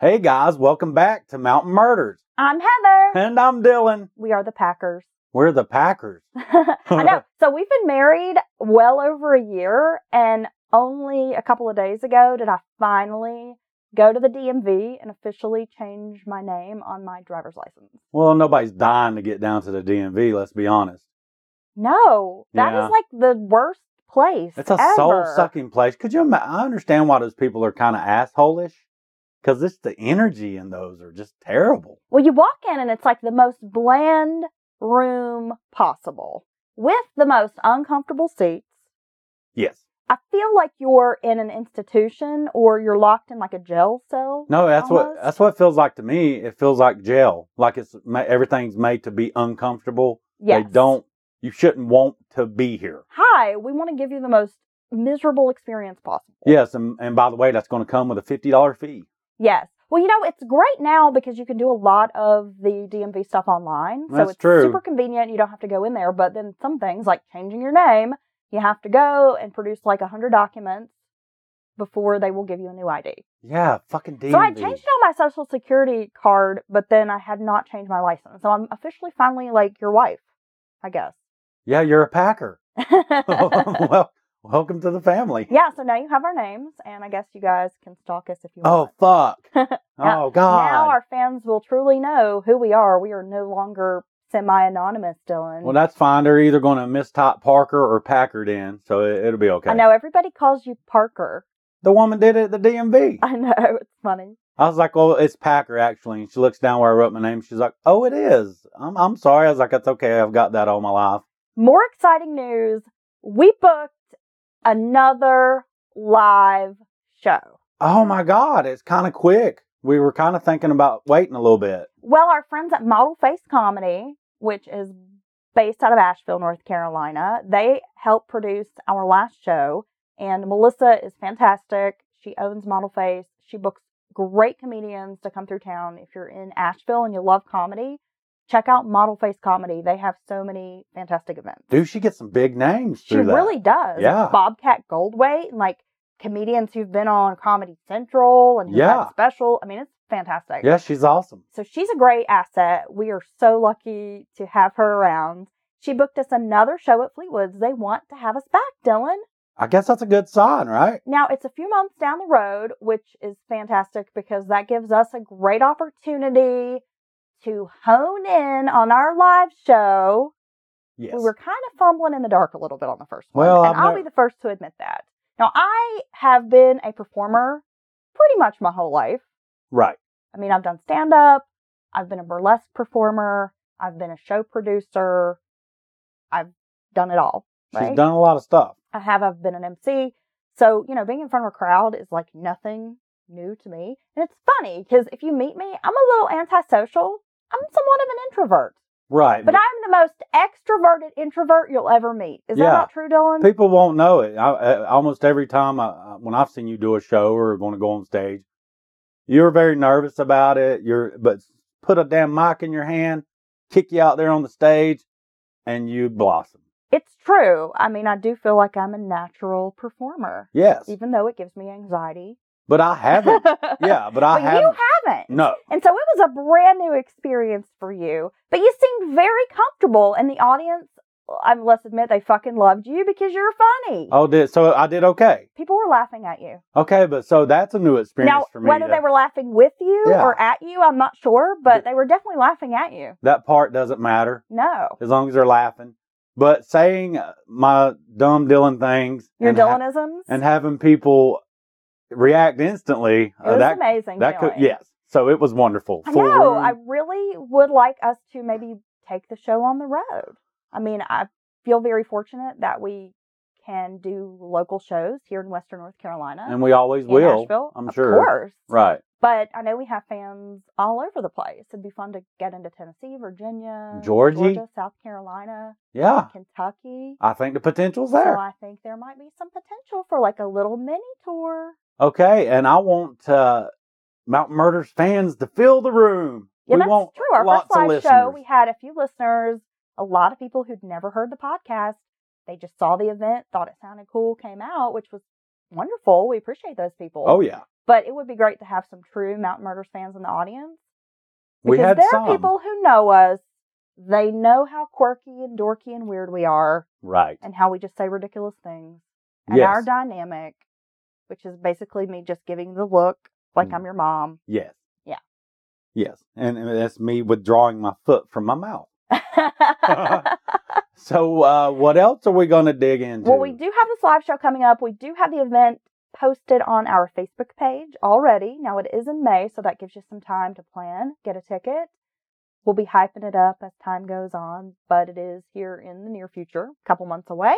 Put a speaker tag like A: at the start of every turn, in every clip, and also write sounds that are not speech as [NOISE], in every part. A: Hey guys, welcome back to Mountain Murders.
B: I'm Heather.
A: And I'm Dylan.
B: We are the Packers. [LAUGHS]
A: We're the Packers.
B: I
A: [LAUGHS]
B: know. So we've been married well over a year, and only a couple of days ago did I finally go to the DMV and officially change my name on my driver's license.
A: Well, nobody's dying to get down to the DMV, let's be honest.
B: No, that is
A: Yeah.
B: like the worst place.
A: It's a
B: ever.
A: soul sucking place. Could you ima- I understand why those people are kind of assholish cuz it's the energy in those are just terrible.
B: Well, you walk in and it's like the most bland room possible with the most uncomfortable seats.
A: Yes.
B: I feel like you're in an institution or you're locked in like a jail cell.
A: No, that's what
B: Almost.
A: that's what it feels like to me. It feels like jail. Like it's ma- everything's made to be uncomfortable.
B: Yes.
A: They don't you shouldn't want to be here.
B: Hi, we want to give you the most miserable experience possible.
A: Yes, and, and by the way, that's going to come with a $50 fee.
B: Yes. Well, you know, it's great now because you can do a lot of the DMV stuff online.
A: That's
B: so it's
A: true.
B: super convenient. You don't have to go in there. But then some things like changing your name, you have to go and produce like 100 documents before they will give you a new ID.
A: Yeah, fucking DMV.
B: So I changed it on my social security card, but then I had not changed my license. So I'm officially finally like your wife,
A: [LAUGHS]
B: I guess.
A: Yeah, you're a
B: [LAUGHS]
A: Packer. [LAUGHS] well, welcome to the family.
B: yeah, so now you have our names, and I guess you guys can stalk us if you
A: Oh
B: want. [LAUGHS]
A: fuck.
B: Now-
A: oh god.
B: Now our fans will truly know who we are. We are no longer semi anonymous, Dylan.
A: well, that's fine. They're either going to miss Top Parker or Packard in, so it, it'll be okay.
B: I know everybody calls you Parker. [LAUGHS]
A: The woman did it at the DMV.
B: I know, it's funny.
A: I was like, "Well, it's Packer actually." And she looks down where I wrote my name. She's like, "Oh, it is." I'm I'm sorry. I was like, "That's okay. I've got that all my life."
B: More exciting news we booked another live show.
A: Oh my god, it's kind of quick. We were kind of thinking about waiting a little bit.
B: Well, our friends at Model Face Comedy, which is based out of Asheville, North Carolina, they helped produce our last show. And Melissa is fantastic. She owns Model Face. She books great comedians to come through town. If you're in Asheville and you love comedy, check out Model Face Comedy. They have so many fantastic events.
A: Dude, she gets some big names
B: She
A: through that.
B: really does.
A: Yeah.
B: Bobcat Goldway and like comedians who've been on Comedy Central and who've
A: Yeah.
B: had special. I mean, it's fantastic.
A: Yeah, she's awesome.
B: So she's a great asset. We are so lucky to have her around. She booked us another show at Fleetwood's. They want to have us back, Dylan.
A: I guess that's a good sign, right?
B: Now, it's a few months down the road, which is fantastic because that gives us a great opportunity to hone in on our live show.
A: Yes.
B: We were kind of fumbling in the dark a little bit on the first one.
A: Well,
B: and
A: I've
B: I'll
A: never-
B: be the first to admit that. Now, I have been a performer pretty much my whole life.
A: right.
B: I mean, I've done stand up, I've been a burlesque performer, I've been a show producer, I've done it all. Right?
A: She's done a lot of stuff.
B: I have, I've been an MC. So, you know, being in front of a crowd is like nothing new to me. And it's funny because if you meet me, I'm a little antisocial. I'm somewhat of an introvert,
A: Right.
B: but I'm the most extroverted introvert you'll ever meet. Is
A: Yeah.
B: that not true, Dylan?
A: People won't know it. I, I, almost every time I, I- when I've seen you do a show or going to go on stage, you're very nervous about it. You're but put a damn mic in your hand, kick you out there on the stage, and you blossom.
B: it's true. I mean, I do feel like I'm a natural performer,
A: Yes,
B: even though it gives me anxiety.
A: but I
B: [LAUGHS]
A: haven't. yeah, but I
B: but you
A: haven't.
B: haven't.
A: No,
B: And so it was a brand new experience for you, but you seemed very comfortable, and the audience, I must admit, they fucking loved you because you're funny.
A: oh, did so I did okay.
B: People were laughing at you.
A: Okay, but so that's a new experience
B: Now,
A: for me.
B: whether
A: that,
B: they were laughing with you
A: Yeah.
B: or at you, I'm not sure, but they were definitely laughing at you.
A: that part doesn't matter
B: No.
A: as long as they're laughing. But saying uh, my dumb Dylan things
B: Your
A: and ha-
B: Dylanisms.
A: and having people react instantly. uh,
B: it was
A: that
B: amazing.
A: that could
B: feeling.
A: yes. So it was wonderful.
B: I
A: Full
B: know.
A: room.
B: I really would like us to maybe take the show on the road. I mean, I feel very fortunate that we can do local shows here in Western North Carolina.
A: and we always
B: in
A: will.
B: Nashville,
A: I'm
B: of
A: sure.
B: course.
A: Right.
B: But I know we have fans all over the place. It'd be fun to get into Tennessee, Virginia,
A: Georgie?
B: Georgia, South Carolina,
A: Yeah.
B: Kentucky.
A: I think the potential's
B: So
A: there.
B: I think there might be some potential for like a little mini tour.
A: Okay. And I want uh, Mountain Murders fans to fill the room.
B: Yeah,
A: we
B: that's
A: want
B: true. Our
A: lots
B: first
A: of
B: live
A: listeners.
B: show, we had a few listeners, a lot of people who'd never heard the podcast. They just saw the event, thought it sounded cool, came out, which was wonderful. We appreciate those people.
A: oh yeah.
B: But it would be great to have some true Mountain Murders fans in the audience.
A: we
B: because
A: had
B: there
A: some
B: are people who know us. They know how quirky and dorky and weird we are
A: right.
B: and how we just say ridiculous things. And
A: Yes.
B: our dynamic, which is basically me just giving the look like
A: Mm.
B: I'm
A: [LAUGHS]
B: your mom. [LAUGHS]
A: Yes.
B: Yeah.
A: Yes. And and that's me withdrawing my foot from my mouth. So uh, what else are we going to dig into?
B: Well, we do have this live show coming up. We do have the event posted on our Facebook page already. Now it is in May, so that gives you some time to plan, get a ticket. We'll be hyping it up as time goes on, but it is here in the near future, a couple months away.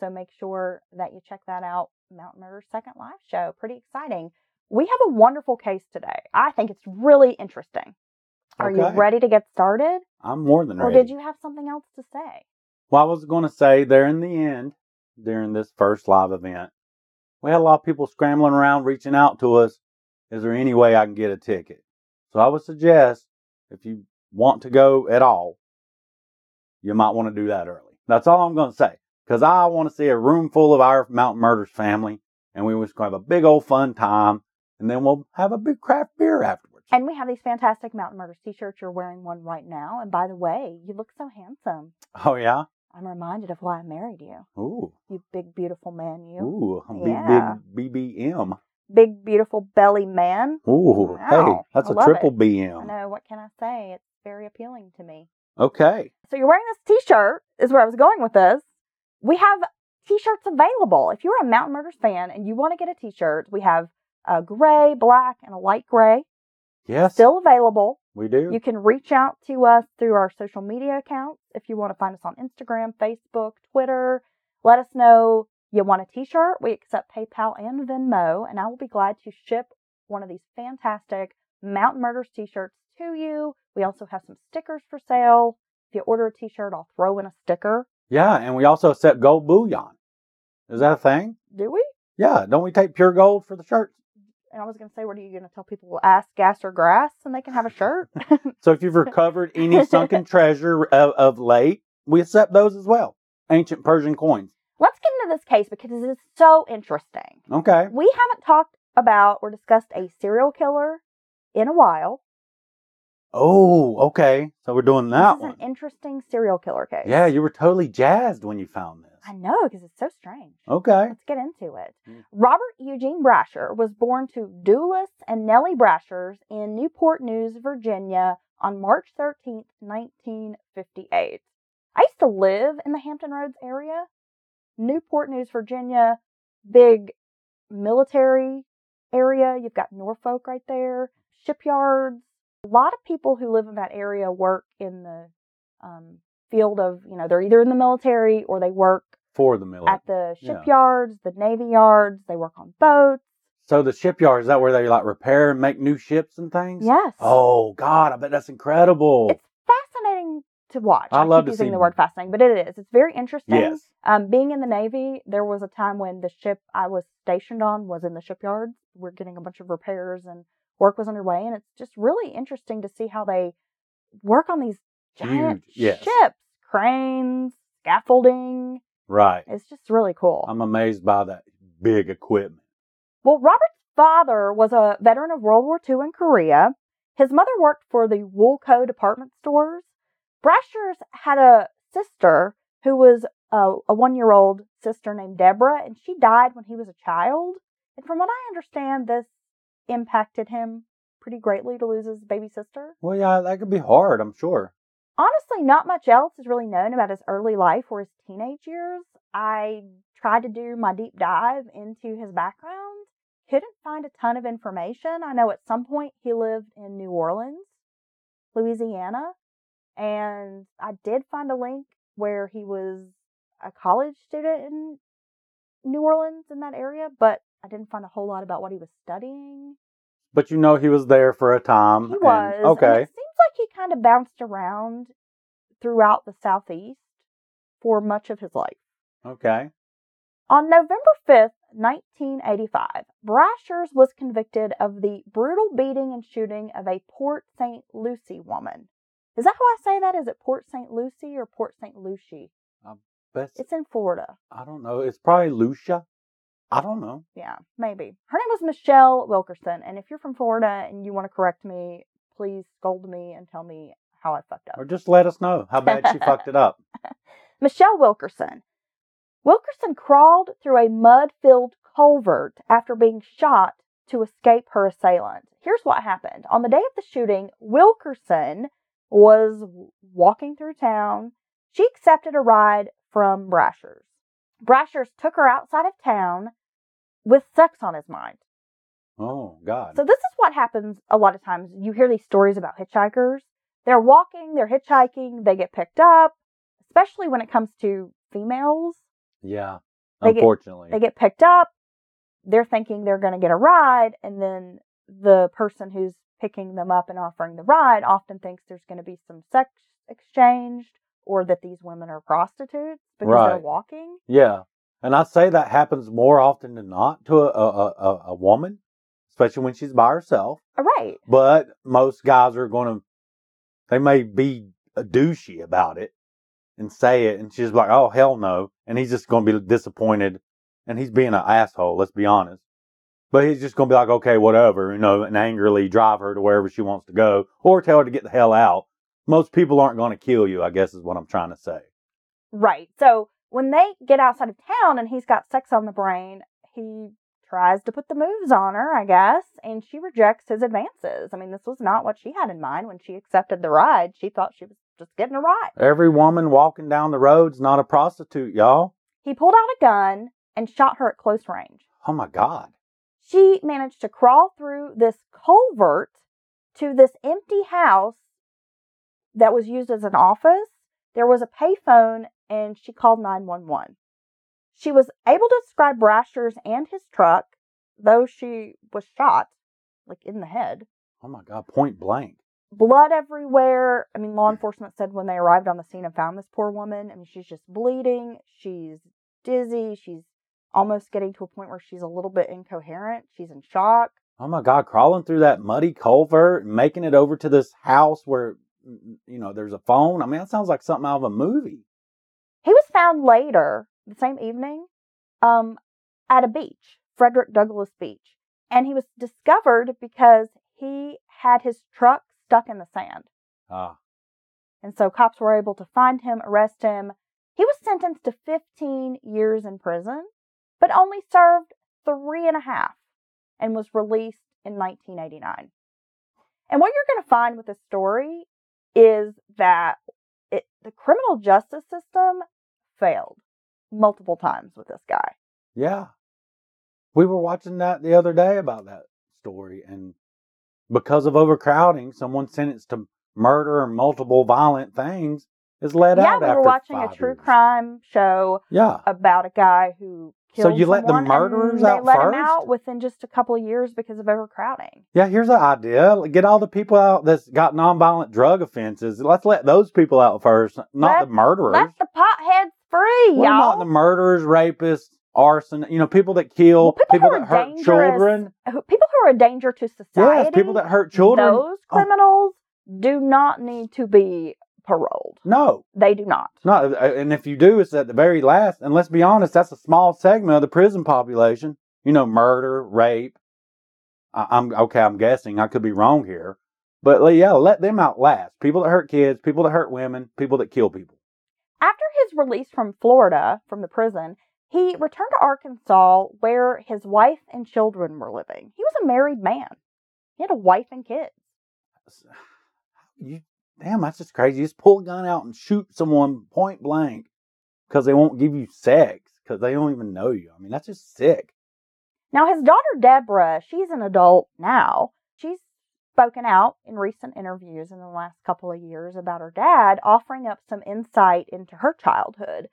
B: So make sure that you check that out. Mountain Murder's second live show. Pretty exciting. We have a wonderful case today. I think it's really interesting. Are you
A: Okay.
B: ready to get started?
A: I'm more than
B: Or
A: ready.
B: did you have something else to say?
A: Well, I was going to say there in the end, during this first live event, we had a lot of people scrambling around, reaching out to us. Is there any way I can get a ticket? So I would suggest if you want to go at all, you might want to do that early. That's all I'm going to say because I want to see a room full of our Mountain Murders family and we was going to have a big old fun time and then we'll have a big craft beer afterwards.
B: And we have these fantastic Mountain Murders t-shirts. You're wearing one right now. And by the way, you look so handsome.
A: Oh, yeah?
B: I'm reminded of why I married you.
A: Ooh.
B: You big, beautiful man, you.
A: Ooh.
B: Yeah.
A: Big, big BBM.
B: Big, beautiful belly man.
A: Ooh.
B: Wow.
A: Hey, that's
B: I
A: a
B: love
A: triple
B: it. I
A: BM.
B: know, what can I say? It's very appealing to me.
A: Okay.
B: So you're wearing this t-shirt is where I was going with this. We have t-shirts available. If you're a Mountain Murders fan and you want to get a t-shirt, we have a gray, black, and a light gray
A: Yes.
B: still available.
A: we do.
B: You can reach out to us through our social media accounts if you want to find us on Instagram, Facebook, Twitter. Let us know you want a t shirt. We accept PayPal and Venmo, and I will be glad to ship one of these fantastic Mountain Murders t shirts to you. We also have some stickers for sale. If you order a t shirt, I'll throw in a sticker.
A: yeah, and we also accept gold bullion. Is that a thing?
B: Do we?
A: Yeah. Don't we take pure gold for the
B: [LAUGHS]
A: shirts?
B: And I was going to say, what are you going to tell people? Ask gas or grass, and they can have a shirt.
A: So if you've recovered any
B: [LAUGHS]
A: sunken treasure of, of late, we accept those as well. Ancient Persian coins.
B: Let's get into this case because it is so interesting.
A: Okay.
B: We haven't talked about or discussed a serial killer in a while.
A: Oh, okay. So we're doing that
B: this is
A: one.
B: an interesting serial killer case.
A: Yeah, you were totally jazzed when you found
B: I
A: this.
B: know because it's so strange.
A: Okay.
B: Let's get into it.
A: Mm.
B: Robert Eugene Brasher was born to Doulis and Nellie Brashers in Newport News, Virginia on March 13th, 1958. I used to live in the Hampton Roads area. Newport News, Virginia, big military area. You've got Norfolk right there, shipyards. A lot of people who live in that area work in the um, field of, you know, they're either in the military or they work
A: For the military.
B: at the
A: yeah.
B: shipyards, the navy yards. They work on boats.
A: So the shipyard, is that where they like repair and make new ships and things?
B: Yes.
A: Oh God, I bet that's incredible.
B: It's fascinating to watch.
A: I love
B: keep
A: to
B: using
A: see-
B: the word fascinating, but it is. It's very interesting.
A: yes.
B: Um, being in the navy, there was a time when the ship I was stationed on was in the shipyards. We're getting a bunch of repairs and work was underway, and it's just really interesting to see how they work on these giant
A: Huge, yes.
B: ships, cranes, scaffolding.
A: Right.
B: It's just really cool.
A: I'm amazed by that big equipment.
B: Well, Robert's father was a veteran of World War II in Korea. His mother worked for the Woolco department stores. Brasher's had a sister who was a, a one year old sister named Deborah, and she died when he was a child. And from what I understand, this impacted him pretty greatly to lose his baby sister.
A: Well, yeah, that could be hard, I'm sure.
B: Honestly, not much else is really known about his early life or his teenage years. I tried to do my deep dive into his background, couldn't find a ton of information. I know at some point he lived in New Orleans, Louisiana, and I did find a link where he was a college student in New Orleans in that area, but I didn't find a whole lot about what he was studying.
A: But you know, he was there for a time.
B: He
A: and-
B: was. and
A: okay.
B: it seems like he kind of bounced around throughout the Southeast for much of his life.
A: Okay.
B: On November 5th, 1985, Brashers was convicted of the brutal beating and shooting of a Port St. Lucie woman. Is that how I say that? Is it Port St. Lucie or Port St. Lucie?
A: But
B: It's in Florida.
A: I don't know. It's probably Lucia. I don't know.
B: Yeah, maybe. Her name was Michelle Wilkerson. And if you're from Florida and you want to correct me, please scold me and tell me how I fucked up.
A: Or just let us know how bad she fucked it
B: [LAUGHS]
A: up.
B: Michelle Wilkerson. Wilkerson crawled through a mud filled culvert after being shot to escape her assailant. Here's what happened. On the day of the shooting, Wilkerson was walking through town. She accepted a ride from Brashers. Brashers took her outside of town with sex on his mind.
A: Oh God.
B: So this is what happens a lot of times. You hear these stories about hitchhikers. They're walking, they're hitchhiking, they get picked up, especially when it comes to females.
A: yeah.
B: They get-
A: Unfortunately.
B: They get picked up, they're thinking they're going to get a ride, and then the person who's picking them up and offering the ride often thinks there's going to be some sex exchanged or that these women are prostitutes because they're
A: Right.
B: walking.
A: yeah. And I say that happens more often than not to a, a, a, a woman, especially when she's by herself.
B: Uh, Right.
A: But most guys are going to, they may be douchey about it and say it. And she's like, oh, hell no. And he's just going to be disappointed. And he's being an asshole, let's be honest. But he's just going to be like, okay, whatever, you know, and angrily drive her to wherever she wants to go or tell her to get the hell out. Most people aren't going to kill you, I guess is what I'm trying to say.
B: Right. So when they get outside of town and he's got sex on the brain, he tries to put the moves on her, I guess, and she rejects his advances. I mean, this was not what she had in mind when she accepted the ride. She thought she was just getting a ride.
A: Every woman walking down the road's not a prostitute, y'all.
B: He pulled out a gun and shot her at close range.
A: Oh my God.
B: She managed to crawl through this culvert to this empty house that was used as an office. There was a payphone and she called 911. She was able to describe Brashers and his truck, though she was shot, like in the head.
A: Oh my God. Point blank.
B: Blood everywhere. I mean, law enforcement said when they arrived on the scene and found this poor woman, I mean, she's just bleeding. She's dizzy. She's almost getting to a point where she's a little bit incoherent. She's in shock.
A: Oh my God. Crawling through that muddy culvert and making it over to this house where, mm, you know, there's a phone. I mean, that sounds like something out of a movie.
B: He was found later, the same evening, um, at a beach, Frederick Douglass Beach. And he was discovered because he had his truck stuck in the sand.
A: Ah,
B: And so cops were able to find him, arrest him. He was sentenced to 15 years in prison, but only served three and a half and was released in 1989. And what you're going to find with this story is that it, the criminal justice system failed multiple times with this guy.
A: yeah. We were watching that the other day about that story. And because of overcrowding, someone sentenced to murder and multiple violent things is let
B: yeah,
A: out
B: we
A: after
B: were watching a
A: five
B: true
A: years.
B: crime show
A: Yeah.
B: about a guy who
A: So
B: killed
A: you let the
B: someone, and
A: murderers
B: they
A: out
B: let him
A: first?
B: out within just a couple of years because of overcrowding.
A: Yeah, here's an idea. Get all the people out that's got nonviolent drug offenses. Let's let those people out first, not
B: Let-
A: the murderers.
B: Let the potheads free,
A: What
B: y'all.
A: about the murderers, rapists, arson? You know, people that kill,
B: Well,
A: people,
B: people who are
A: that hurt
B: dangerous
A: children.
B: Who- people who are a danger to society.
A: Yes, people that hurt children.
B: Those
A: Oh.
B: criminals do not need to be paroled.
A: No,
B: They do not.
A: no. uh, And if you do, it's at the very last. And let's be honest, that's a small segment of the prison population. You know, murder, rape. I, I'm okay. I'm guessing. I could be wrong here, but like, yeah, let them out last. People that hurt kids, people that hurt women, people that kill people.
B: After his release from Florida, from the prison, he returned to Arkansas where his wife and children were living. He was a married man. He had a wife and kids.
A: you damn that's just crazy you just pull a gun out and shoot someone point blank because they won't give you sex because they don't even know you i mean that's just sick
B: Now, his daughter Deborah, she's an adult now. She's spoken out in recent interviews in the last couple of years about her dad, offering up some insight into her childhood.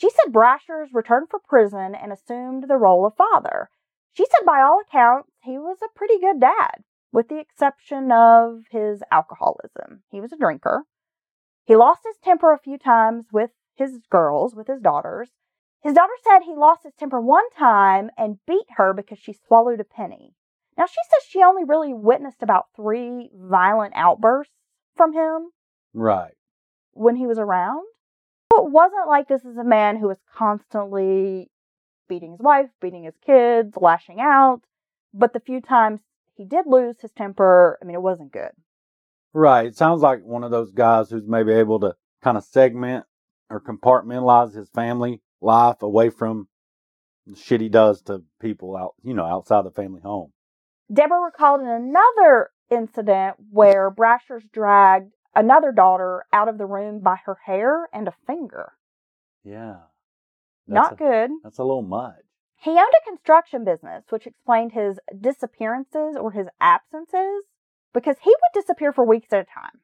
B: She said Brashers returned from prison and assumed the role of father. She said, by all accounts, he was a pretty good dad, with the exception of his alcoholism. He was a drinker. He lost his temper a few times with his girls, with his daughters. His daughter said he lost his temper one time and beat her because she swallowed a penny. Now, she says she only really witnessed about three violent outbursts from him
A: right
B: when he was around. So It wasn't like this is a man who was constantly beating his wife, beating his kids, lashing out. But the few times he did lose his temper, I mean, it wasn't good.
A: Right. It sounds like one of those guys who's maybe able to kind of segment or compartmentalize his family life away from the shit he does to people out, you know, outside the family home.
B: Deborah recalled in another incident where Brasher's dragged another daughter out of the room by her hair and a finger.
A: Yeah.
B: Not
A: a,
B: good.
A: That's a little much.
B: He owned a construction business, which explained his disappearances or his absences because he would disappear for weeks at a time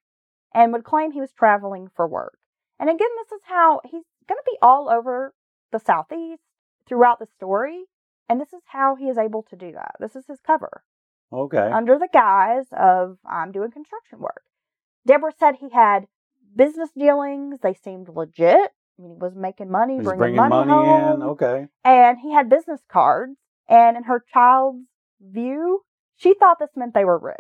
B: and would claim he was traveling for work. And again, this is how he's going to be all over the Southeast throughout the story. And this is how he is able to do that. This is his cover
A: Okay.
B: under the guise of I'm doing construction work. Deborah said he had business dealings, they seemed legit. I mean, he was making money,
A: He's
B: bringing,
A: bringing money,
B: money, home
A: in. Okay.
B: and he had business cards. And in her child's view, she thought this meant they were rich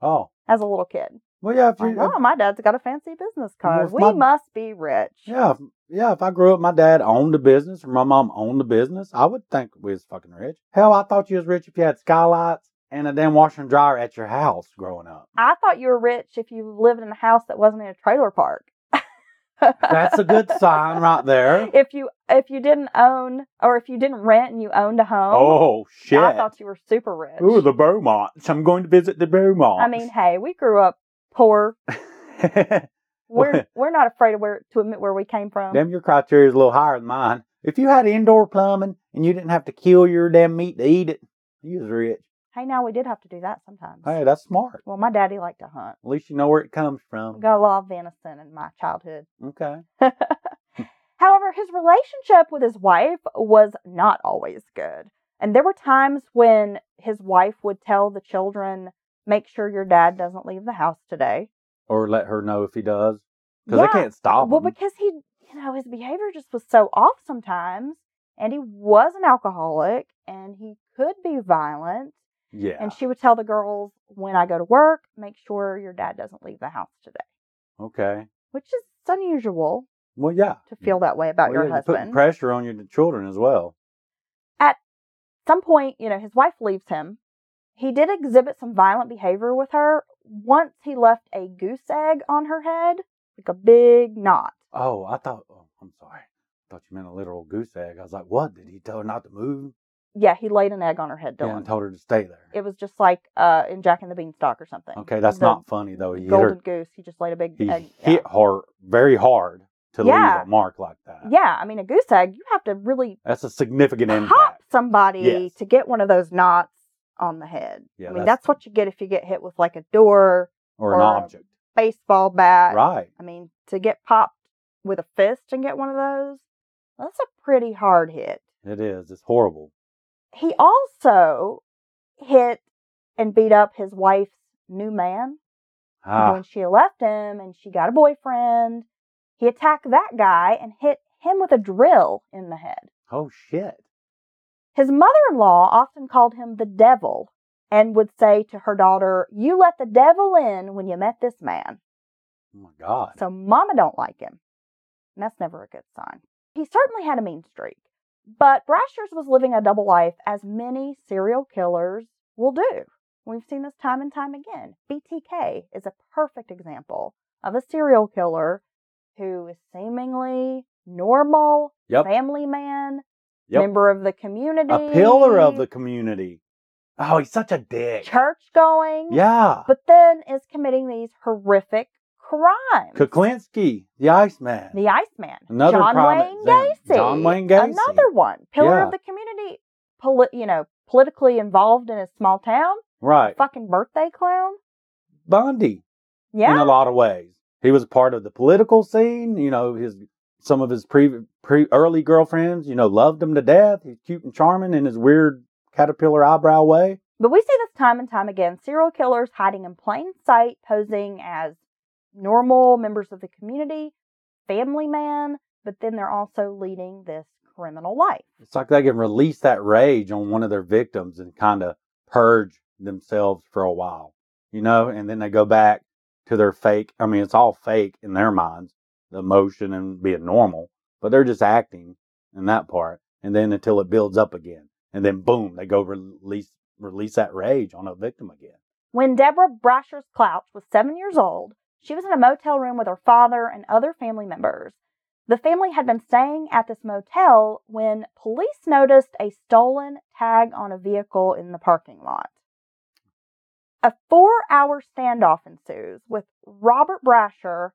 A: Oh.
B: as a little kid.
A: Well, yeah. If you,
B: Like, oh, my dad's got a fancy business
A: Well,
B: card.
A: if
B: We
A: my-
B: must be rich.
A: Yeah, if- yeah. If I grew up, my dad owned a business, or my mom owned a business, I would think we was fucking rich. Hell, I thought you was rich if you had skylights and a damn washer and dryer at your house growing up.
B: I thought you were rich if you lived in a house that wasn't in a trailer park.
A: That's a
B: [LAUGHS]
A: good sign right there.
B: If you if you didn't own or if you didn't rent and you owned a home,
A: Oh shit!
B: I thought you were super rich.
A: Ooh, the Beaumonts. I'm going to visit the Beaumonts. [LAUGHS]
B: I mean, hey, we grew up poor. We're we're not afraid of where to admit where we came from.
A: damn, your criteria is a little higher than mine. If you had indoor plumbing and you didn't have to kill your damn meat to eat it, you was rich.
B: Hey, now we did have to do that sometimes.
A: Hey, that's smart.
B: Well, my daddy liked to hunt.
A: At least you know where it comes from.
B: Got a lot of venison in my childhood.
A: Okay.
B: However, his relationship with his wife was not always good. And there were times when his wife would tell the children, make sure your dad doesn't leave the house today.
A: or let her know if he does because
B: Yeah.
A: they can't stop
B: Well,
A: him.
B: because he, you know, his behavior just was so off sometimes. And he was an alcoholic and he could be violent.
A: yeah.
B: And she would tell the girls, when I go to work, make sure your dad doesn't leave the house today,
A: okay.
B: which is unusual
A: Well, yeah.
B: to feel that way about
A: Well,
B: your
A: yeah, you're
B: husband.
A: putting pressure on your children as well.
B: some point, you know, his wife leaves him. He did exhibit some violent behavior with her. Once he left a goose egg on her head, like a big knot.
A: Oh, I thought. Oh, I'm sorry. I thought you meant a literal goose egg. I was like, what? Did he tell her not to move?
B: Yeah, he laid an egg on her head,
A: Yeah, and
B: Dylan.
A: told her to stay there.
B: it was just like uh, in Jack and the Beanstalk or something.
A: okay, that's
B: the
A: not funny though. He hit
B: Golden
A: her.
B: goose. He just laid a big
A: He
B: egg.
A: hit her very hard to
B: Yeah.
A: leave a mark like that.
B: yeah. yeah, I mean, a goose egg, you have to really
A: That's a significant
B: pop
A: impact.
B: somebody
A: Yes.
B: to get one of those knots on the head.
A: Yeah,
B: I mean,
A: that's-
B: that's what you get if you get hit with like a door,
A: Or an
B: or a
A: object.
B: baseball bat,
A: Right.
B: I mean, to get popped with a fist and get one of those, that's a pretty hard hit.
A: It is. It's horrible.
B: He also hit and beat up his wife's new man
A: Ah,
B: when she left him and she got a boyfriend. He attacked that guy and hit him with a drill in the head.
A: oh shit.
B: His mother in law often called him the devil and would say to her daughter, You let the devil in when you met this man.
A: Oh my god.
B: So mama don't like him. And that's never a good sign. He certainly had a mean streak. But Brasher's was living a double life as many serial killers will do. We've seen this time and time again. BTK is a perfect example of a serial killer who is seemingly normal,
A: Yep.
B: family man,
A: Yep.
B: member of the community,
A: A pillar of the community. Oh, he's such a dick.
B: church going,
A: Yeah.
B: but then is committing these horrific crimes.
A: Kuklinski, the Iceman.
B: The Iceman.
A: Another
B: John
A: prominent
B: Wayne
A: example.
B: Gacy.
A: John Wayne Gacy.
B: Another one. Pillar
A: Yeah.
B: of the community. Poli- you know, politically involved in his small town.
A: right.
B: Fucking birthday clown.
A: Bundy in
B: Yeah.
A: a lot of ways. He was part of the political scene, you know, his some of his pre, pre early girlfriends, you know, loved him to death. He's cute and charming in his weird caterpillar eyebrow way.
B: But we see this time and time again. Serial killers hiding in plain sight, posing as normal members of the community, family man, but then they're also leading this criminal life.
A: It's like they can release that rage on one of their victims and kind of purge themselves for a while, you know, and then they go back to their fake. I mean, it's all fake in their minds, the emotion and being normal, but they're just acting in that part. and then until it builds up again, and then boom, they go release release that rage on a victim again.
B: When Deborah Brasher's Clouch was seven years old, she was in a motel room with her father and other family members. The family had been staying at this motel when police noticed a stolen tag on a vehicle in the parking lot. A four hour standoff ensues with Robert Brasher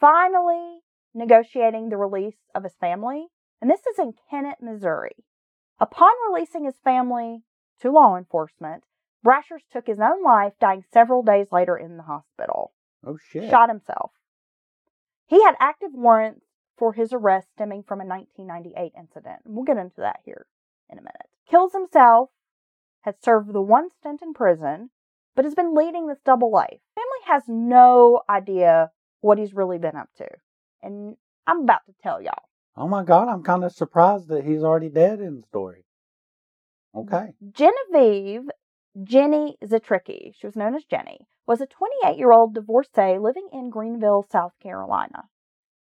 B: finally negotiating the release of his family, and this is in Kennett, Missouri. Upon releasing his family to law enforcement, Brashers took his own life, dying several days later in the hospital.
A: Oh shit!
B: Shot himself. He had active warrants for his arrest stemming from a 1998 incident. We'll get into that here in a minute. Kills himself, had served the one stint in prison, but has been leading this double life. Family has no idea what he's really been up to. And I'm about to tell y'all.
A: Oh my god, I'm kind of surprised that he's already dead in the story. Okay.
B: Genevieve Jenny Zatricki, she was known as Jenny, was a 28 year old divorcee living in Greenville, South Carolina.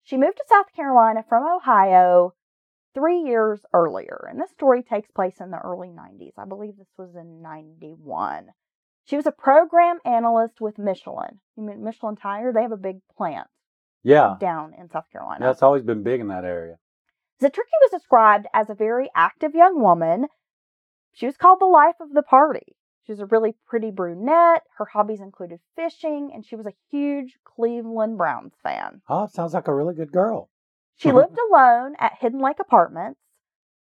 B: She moved to South Carolina from Ohio three years earlier, and this story takes place in the early 90s. I believe this was in 91. She was a program analyst with Michelin. You mean Michelin Tire? They have a big plant
A: Yeah,
B: down in South Carolina.
A: that's always been big in that area.
B: Zatricki was described as a very active young woman. She was called the life of the party. She was a really pretty brunette. Her hobbies included fishing, and she was a huge Cleveland Browns fan.
A: Oh, it sounds like a really good girl.
B: She lived alone at Hidden Lake Apartments.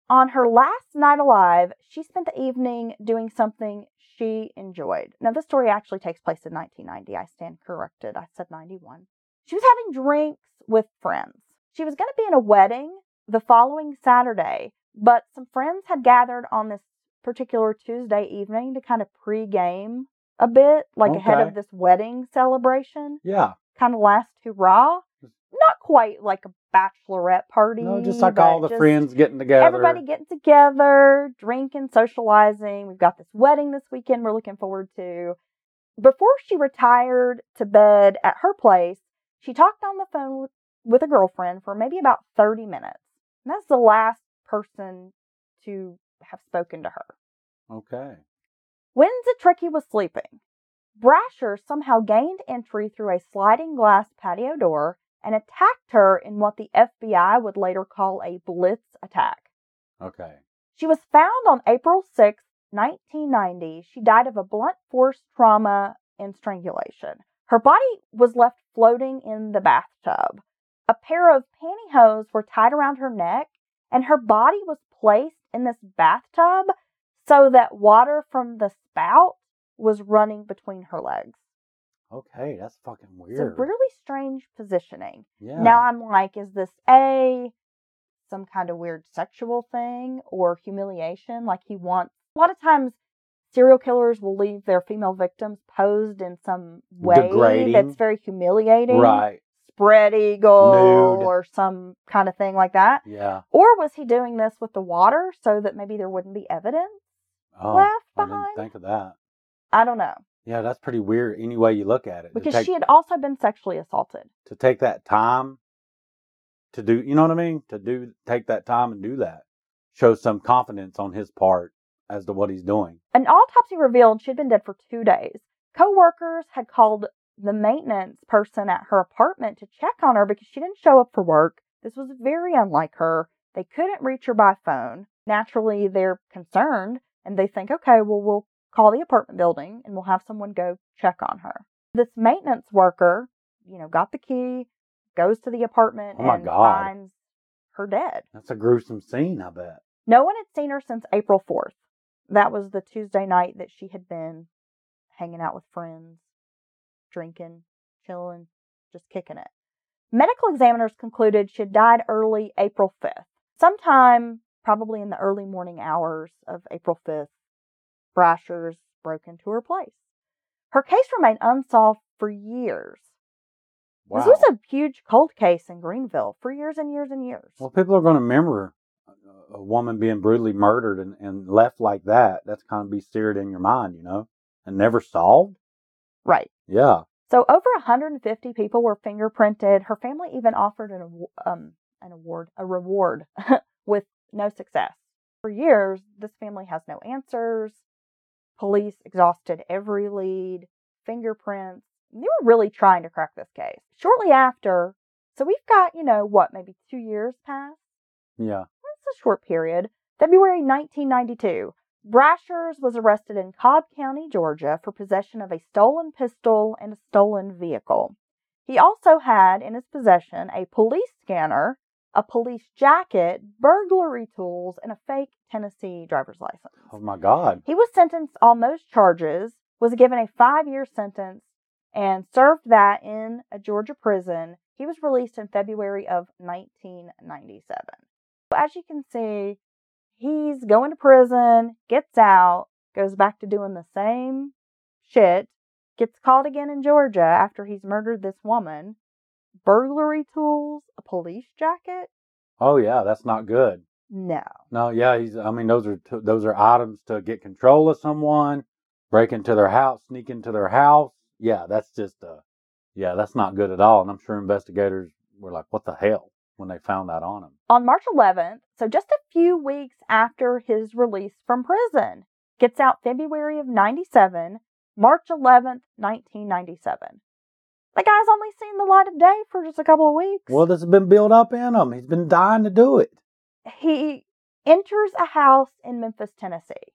B: On her last night alive, she spent the evening doing something she enjoyed. Now, this story actually takes place in 1990. I stand corrected. I said 91. She was having drinks with friends. She was going to be in a wedding the following Saturday, but some friends had gathered on this particular Tuesday evening to kind of pregame a bit, like ahead
A: Okay.
B: of this wedding celebration
A: Yeah,
B: kind of last hurrah. Not quite like a bachelorette party.
A: no, just like
B: but
A: all the
B: just
A: friends getting together.
B: Everybody getting together, drinking, socializing. We've got this wedding this weekend we're looking forward to. Before she retired to bed at her place, she talked on the phone with- with a girlfriend for maybe about 30 minutes. And that's the last person to have spoken to her.
A: Okay.
B: When Zatricki was sleeping, Brasher somehow gained entry through a sliding glass patio door and attacked her in what the FBI would later call a blitz attack.
A: Okay.
B: She was found on April 6, 1990. She died of a blunt force trauma and strangulation. Her body was left floating in the bathtub. A pair of pantyhose were tied around her neck, and her body was placed in this bathtub so that water from the spout was running between her legs.
A: Okay. That's fucking
B: It's a
A: weird.
B: really strange positioning.
A: yeah.
B: Now I'm like, is this A, some kind of weird sexual thing or humiliation? Like he wants, a lot of times serial killers will leave their female victims posed in some way
A: Degrading.
B: that's very humiliating.
A: right.
B: Spread eagle
A: Nude.
B: or some kind of thing like that.
A: Yeah.
B: Or was he doing this with the water so that maybe there wouldn't be evidence
A: Oh,
B: left
A: I didn't
B: behind?
A: think of that.
B: I don't know.
A: Yeah, that's pretty weird. Any way you look at it,
B: Because
A: to take,
B: she had also been sexually assaulted.
A: to take that time to do, you know what I mean? To do take that time and do that shows some confidence on his part as to what he's doing.
B: An autopsy revealed she'd been dead for two days. Coworkers had called the maintenance person at her apartment to check on her because she didn't show up for work. This was very unlike her. They couldn't reach her by phone. Naturally, they're concerned and they think, okay, well, we'll call the apartment building and we'll have someone go check on her. This maintenance worker, you know, got the key, goes to the apartment,
A: Oh my
B: and
A: God.
B: finds her dead.
A: That's a gruesome scene, I bet.
B: No one had seen her since April 4th. That was the Tuesday night that she had been hanging out with friends, drinking, chilling, just kicking it. Medical examiners concluded she had died early April 5th, sometime probably in the early morning hours of April 5th. Brasher's broke into her place. Her case remained unsolved for years.
A: Wow.
B: This was a huge cold case in Greenville for years and years and years.
A: well, people are going to remember a- a woman being brutally murdered and, and left like that. That's kind of be seared in your mind, you know, and never solved.
B: right.
A: Yeah.
B: So over 150 people were fingerprinted. Her [LAUGHS] family even offered an aw- um an award, a reward, with no success. For years, this family has no answers. Police exhausted every lead, fingerprints. They were really trying to crack this case. Shortly after, so we've got, you know, what, maybe two years past?
A: Yeah.
B: That's a short period. February 1992, Brashers was arrested in Cobb County, Georgia for possession of a stolen pistol and a stolen vehicle. He also had in his possession a police scanner, a police jacket, burglary tools, and a fake Tennessee driver's license.
A: Oh my God.
B: He was sentenced on those charges, was given a five year sentence, and served that in a Georgia prison. He was released in February of 1997. As you can see, he's going to prison, gets out, goes back to doing the same shit, gets caught again in Georgia after he's murdered this woman, burglary tools, a police jacket.
A: Oh yeah, that's not good.
B: No.
A: No, yeah, he's. I mean, those are t- those are items to get control of someone, break into their house, sneak into their house. Yeah, that's just. Uh, yeah, that's not good at all. And I'm sure investigators were like, "What the hell?" when they found that on him.
B: on March 11th, so just a few weeks after his release from prison. Gets out February of 97, March 11th, 1997. The guy's only seen the light of day for just a couple of weeks.
A: Well, this has been built up in him. He's been dying to do it.
B: He enters a house in Memphis, Tennessee.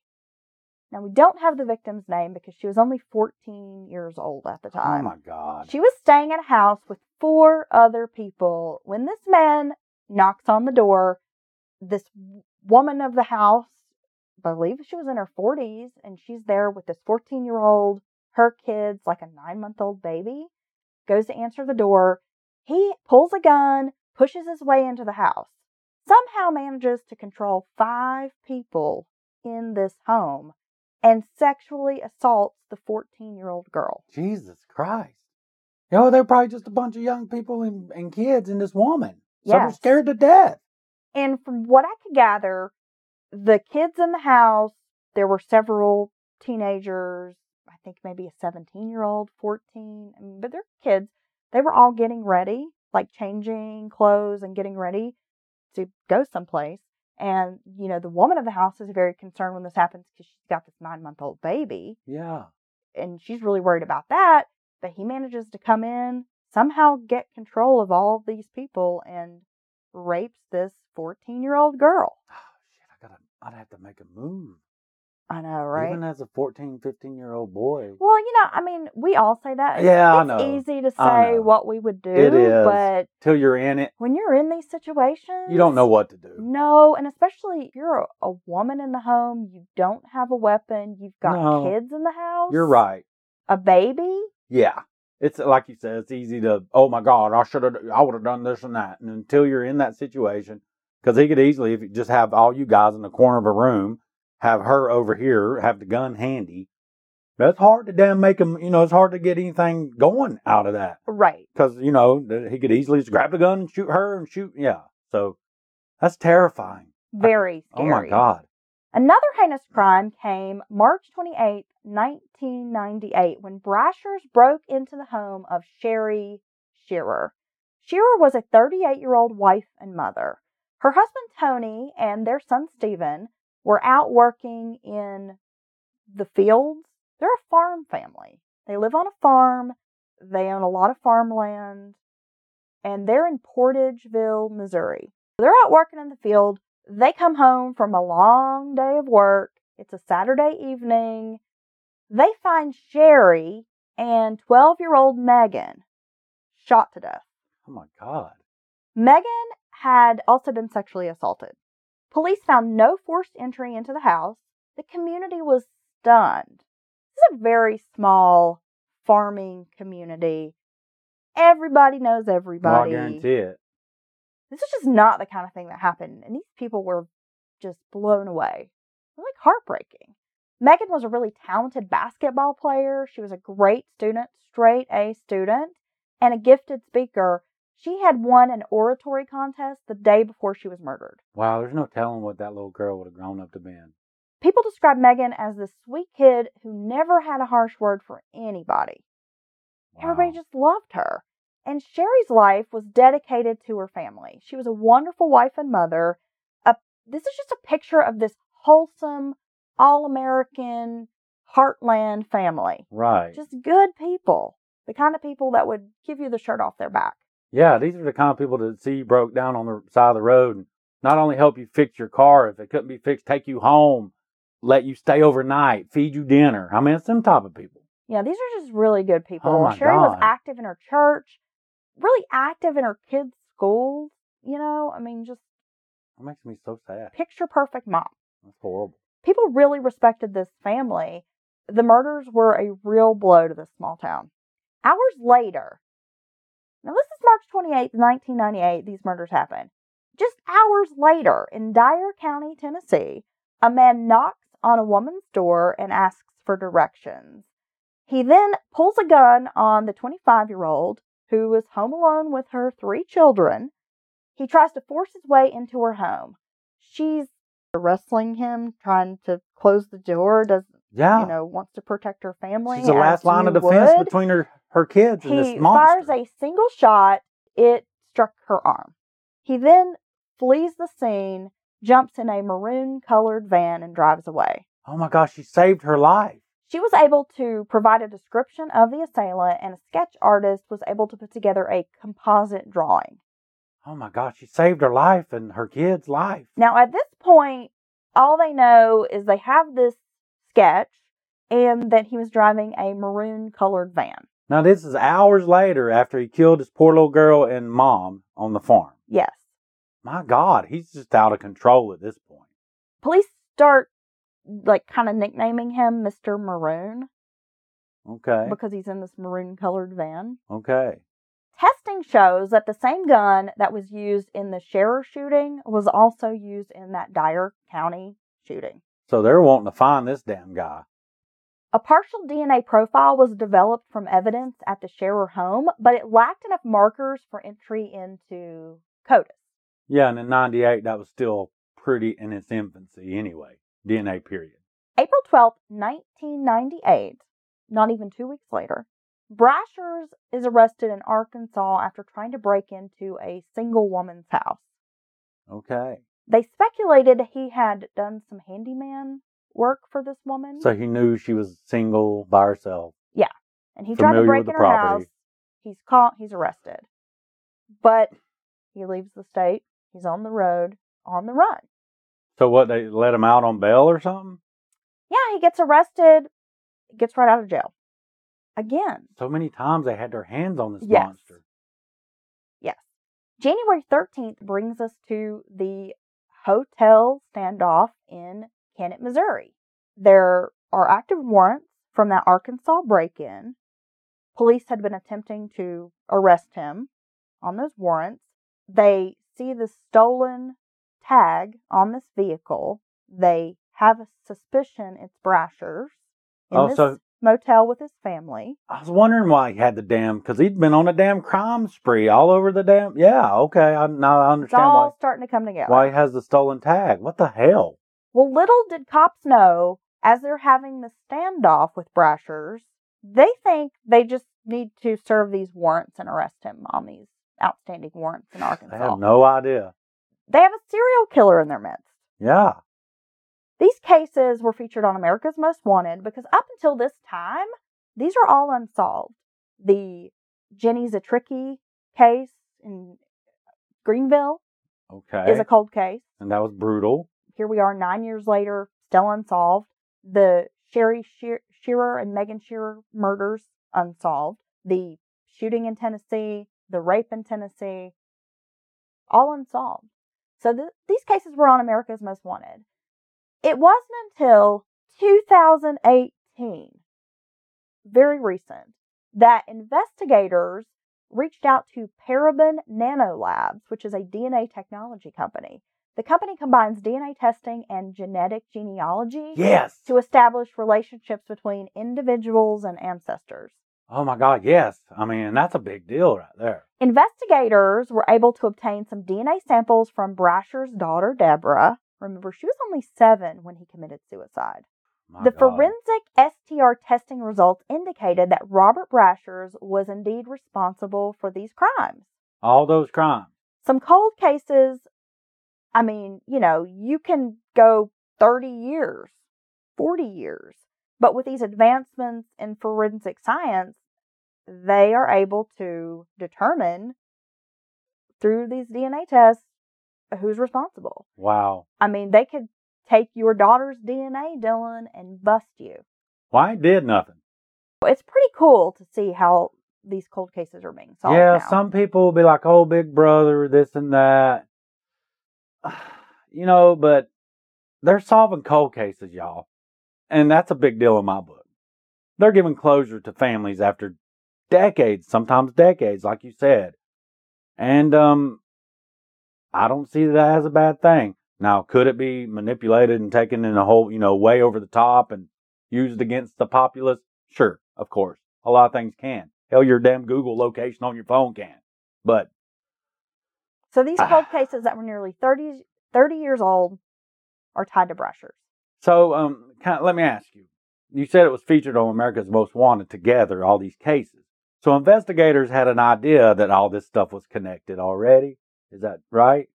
B: Now, we don't have the victim's name because she was only 14 years old at the
A: Oh
B: time.
A: my God.
B: She was staying at a house with four other people when this man knocks on the door. This woman of the house, I believe she was in her 40s, and she's there with this 14 year old, her kids, like a nine month old baby, goes to answer the door. He pulls a gun, pushes his way into the house, somehow manages to control five people in this home, and sexually assaults the 14 year old girl.
A: Jesus Christ. You know, they're probably just a bunch of young people and, and kids and this woman. So they're
B: Yes.
A: scared to death.
B: And from what I could gather, the kids in the house, there were several teenagers, I think maybe a 17 year old, 14, I mean, but they're kids. They were all getting ready, like changing clothes and getting ready to go someplace. And, you know, the woman of the house is very concerned when this happens because she's got this nine month old baby
A: Yeah.
B: and she's really worried about that. But he manages to come in, somehow get control of all these people, and rapes this 14 year old girl.
A: Oh, shit, I gotta, I'd have to make a move.
B: I know, right?
A: Even as a 14, 15 year old boy.
B: well, you know, I mean, we all say that.
A: Yeah, I
B: it's
A: know.
B: easy to
A: I
B: say
A: know.
B: what we would do,
A: It is.
B: but
A: Till you're in it,
B: when you're in these situations,
A: you don't know what to do.
B: No, and especially you're a, a woman in the home, you don't have a weapon, you've got
A: No.
B: kids in the house.
A: You're right.
B: A baby.
A: Yeah. It's like you said, it's easy to, oh my God, I should have, I would have done this and that. And until you're in that situation, because he could easily, if you just have all you guys in the corner of a room, have her over here, have the gun handy. That's hard to damn make him, you know, it's hard to get anything going out of that.
B: Right.
A: Because, you know, th- he could easily just grab the gun and shoot her and shoot. Yeah. So that's terrifying.
B: Very
A: Oh my
B: scary.
A: God.
B: Another heinous crime came March 28, 1998, when Brashers broke into the home of Sherry Shearer. Shearer was a 38 year old wife and mother. Her husband Tony and their son Stephen were out working in the fields. They're a farm family. They live on a farm, they own a lot of farmland, and they're in Portageville, Missouri. They're out working in the field they come home from a long day of work. It's a Saturday evening. They find Sherry and 12 year old Megan shot to death.
A: Oh my God.
B: Megan had also been sexually assaulted. Police found no forced entry into the house. The community was stunned. This is a very small farming community. Everybody knows
A: Well, I
B: everybody
A: guarantee it.
B: this is just not the kind of thing that happened. And these people were just blown away. It was, Like heartbreaking. Megan was a really talented basketball player. She was a great student, straight A student, and a gifted speaker. She had won an oratory contest the day before she was murdered.
A: Wow. There's no telling what that little girl would have grown up to be.
B: People describe Megan as this sweet kid who never had a harsh word for anybody. Everybody just loved her. And Sherry's life was dedicated to her family. She was a wonderful wife and mother, a this is just a picture of this wholesome, all American, heartland family.
A: Right.
B: Just good people. The kind of people that would give you the shirt off their back.
A: yeah, these are the kind of people that see you broke down on the side of the road and not only help you fix your car, if it couldn't be fixed, take you home, let you stay overnight, feed you dinner. I mean, it's them type of people.
B: Yeah, these are just really good people.
A: Oh, my
B: Sherry was
A: God.
B: active in her church, really active in her kids' schools. You know, I mean, just
A: It makes me so sad.
B: picture perfect mom.
A: That's horrible.
B: People really respected this family. The murders were a real blow to this small town. Hours later, now this is March 28th, 1998, these murders happened. Just hours later, in Dyer County, Tennessee, a man knocks on a woman's door and asks for directions. He then pulls a gun on the 25 year old, who was home alone with her three children. He tries to force his way into her home. She's wrestling him, trying to close the door, does
A: Yeah.
B: you know, wants to protect her family.
A: She's the
B: as
A: last line of
B: you
A: defense
B: would.
A: between her, her kids and
B: He
A: this monster.
B: fires a single shot. It struck her arm. He then flees the scene, jumps in a maroon colored van, and drives away.
A: oh my gosh, she saved her life.
B: She was able to provide a description of the assailant, and a sketch artist was able to put together a composite drawing.
A: Oh my gosh, she saved her life and her kids' life.
B: Now, at this point, all they know is they have this sketch and that he was driving a maroon colored van.
A: Now, this is hours later after he killed his poor little girl and mom on the farm.
B: Yes.
A: My God, he's just out of control at this point.
B: Police start like kind of nicknaming him Mr. Maroon
A: Okay.
B: because he's in this maroon colored van.
A: Okay.
B: Testing shows that the same gun that was used in the Scherer shooting was also used in that Dyer County shooting.
A: So they're wanting to find this damn guy.
B: A partial DNA profile was developed from evidence at the Scherer home, but it lacked enough markers for entry into CODIS.
A: Yeah, and in 98, that was still pretty in its infancy anyway. DNA period.
B: April twelfth, 1998, not even two weeks later, Brashers is arrested in Arkansas after trying to break into a single woman's house.
A: Okay.
B: They speculated he had done some handyman work for this woman,
A: So he knew she was single by herself.
B: and he tried to
A: familiar with
B: break
A: the
B: in her house.
A: property.
B: He's caught, he's arrested. But he leaves the state, he's on the road, on the run.
A: So what, they let him out on bail or something?
B: Yeah, he gets arrested, gets right out of jail. Again,
A: So many times they had their hands on this
B: Yes.
A: monster.
B: Yes. January 13th brings us to the hotel standoff in Kennett, Missouri. There are active warrants from that Arkansas break in. Police had been attempting to arrest him on those warrants. They see the stolen tag on this vehicle. They have a suspicion it's Brasher's in
A: Oh,
B: this
A: so-
B: motel with his family.
A: I was wondering why he had the damn, because he'd been on a damn crime spree all over the damn. Yeah, okay. I, now I
B: It's
A: understand
B: all
A: why,
B: starting to come together.
A: why he has the stolen tag. What the hell?
B: Well, little did cops know as they're having the standoff with Brashers, they think they just need to serve these warrants and arrest him on these outstanding warrants
A: [SIGHS]
B: in
A: They
B: Arkansas.
A: have no idea.
B: They have a serial killer in their midst.
A: Yeah.
B: These cases were featured on America's Most Wanted because up until this time, these are all unsolved. The Jenny Zatricki case in Greenville
A: Okay.
B: is a cold case.
A: and that was brutal.
B: here we are nine years later, still unsolved. The Sherry Shear- Shearer and Megan Shearer murders unsolved. The shooting in Tennessee, the rape in Tennessee, all unsolved. So th- these cases were on America's Most Wanted. It wasn't until 2018, very recent, that investigators reached out to Paraben Nanolabs, which is a DNA technology company. The company combines DNA testing and genetic genealogy
A: Yes.
B: to establish relationships between individuals and ancestors.
A: Oh my God, yes. I mean, that's a big deal right there.
B: Investigators were able to obtain some DNA samples from Brasher's daughter, Deborah. Remember, she was only seven when he committed suicide.
A: My
B: the
A: God.
B: forensic STR testing results indicated that Robert Brashers was indeed responsible for these crimes.
A: All those crimes.
B: Some cold cases I mean, you know, you can go 30 years, 40 years, but with these advancements in forensic science, they are able to determine through these DNA tests who's responsible.
A: Wow.
B: I mean, they could take your daughter's DNA, Dylan, and bust you.
A: Well, I ain't did nothing.
B: It's pretty cool to see how these cold cases are being solved.
A: yeah,
B: now.
A: some people will be like, oh, big brother, this and that. [SIGHS] You know, but they're solving cold cases, y'all. And that's a big deal in my book. They're giving closure to families after decades, sometimes decades, like you said. And um, I don't see that as a bad thing. Now, could it be manipulated and taken in a whole, you know, way over the top and used against the populace? Sure, of course. A lot of things can. Hell, your damn Google location on your phone can. But
B: So these
A: Ah.
B: cold cases that were nearly 30, 30 years old are tied to brushers.
A: so, um, kind let me ask you. You said it was featured on America's Most Wanted together, all these cases. So investigators had an idea that all this stuff was connected already. Is that right?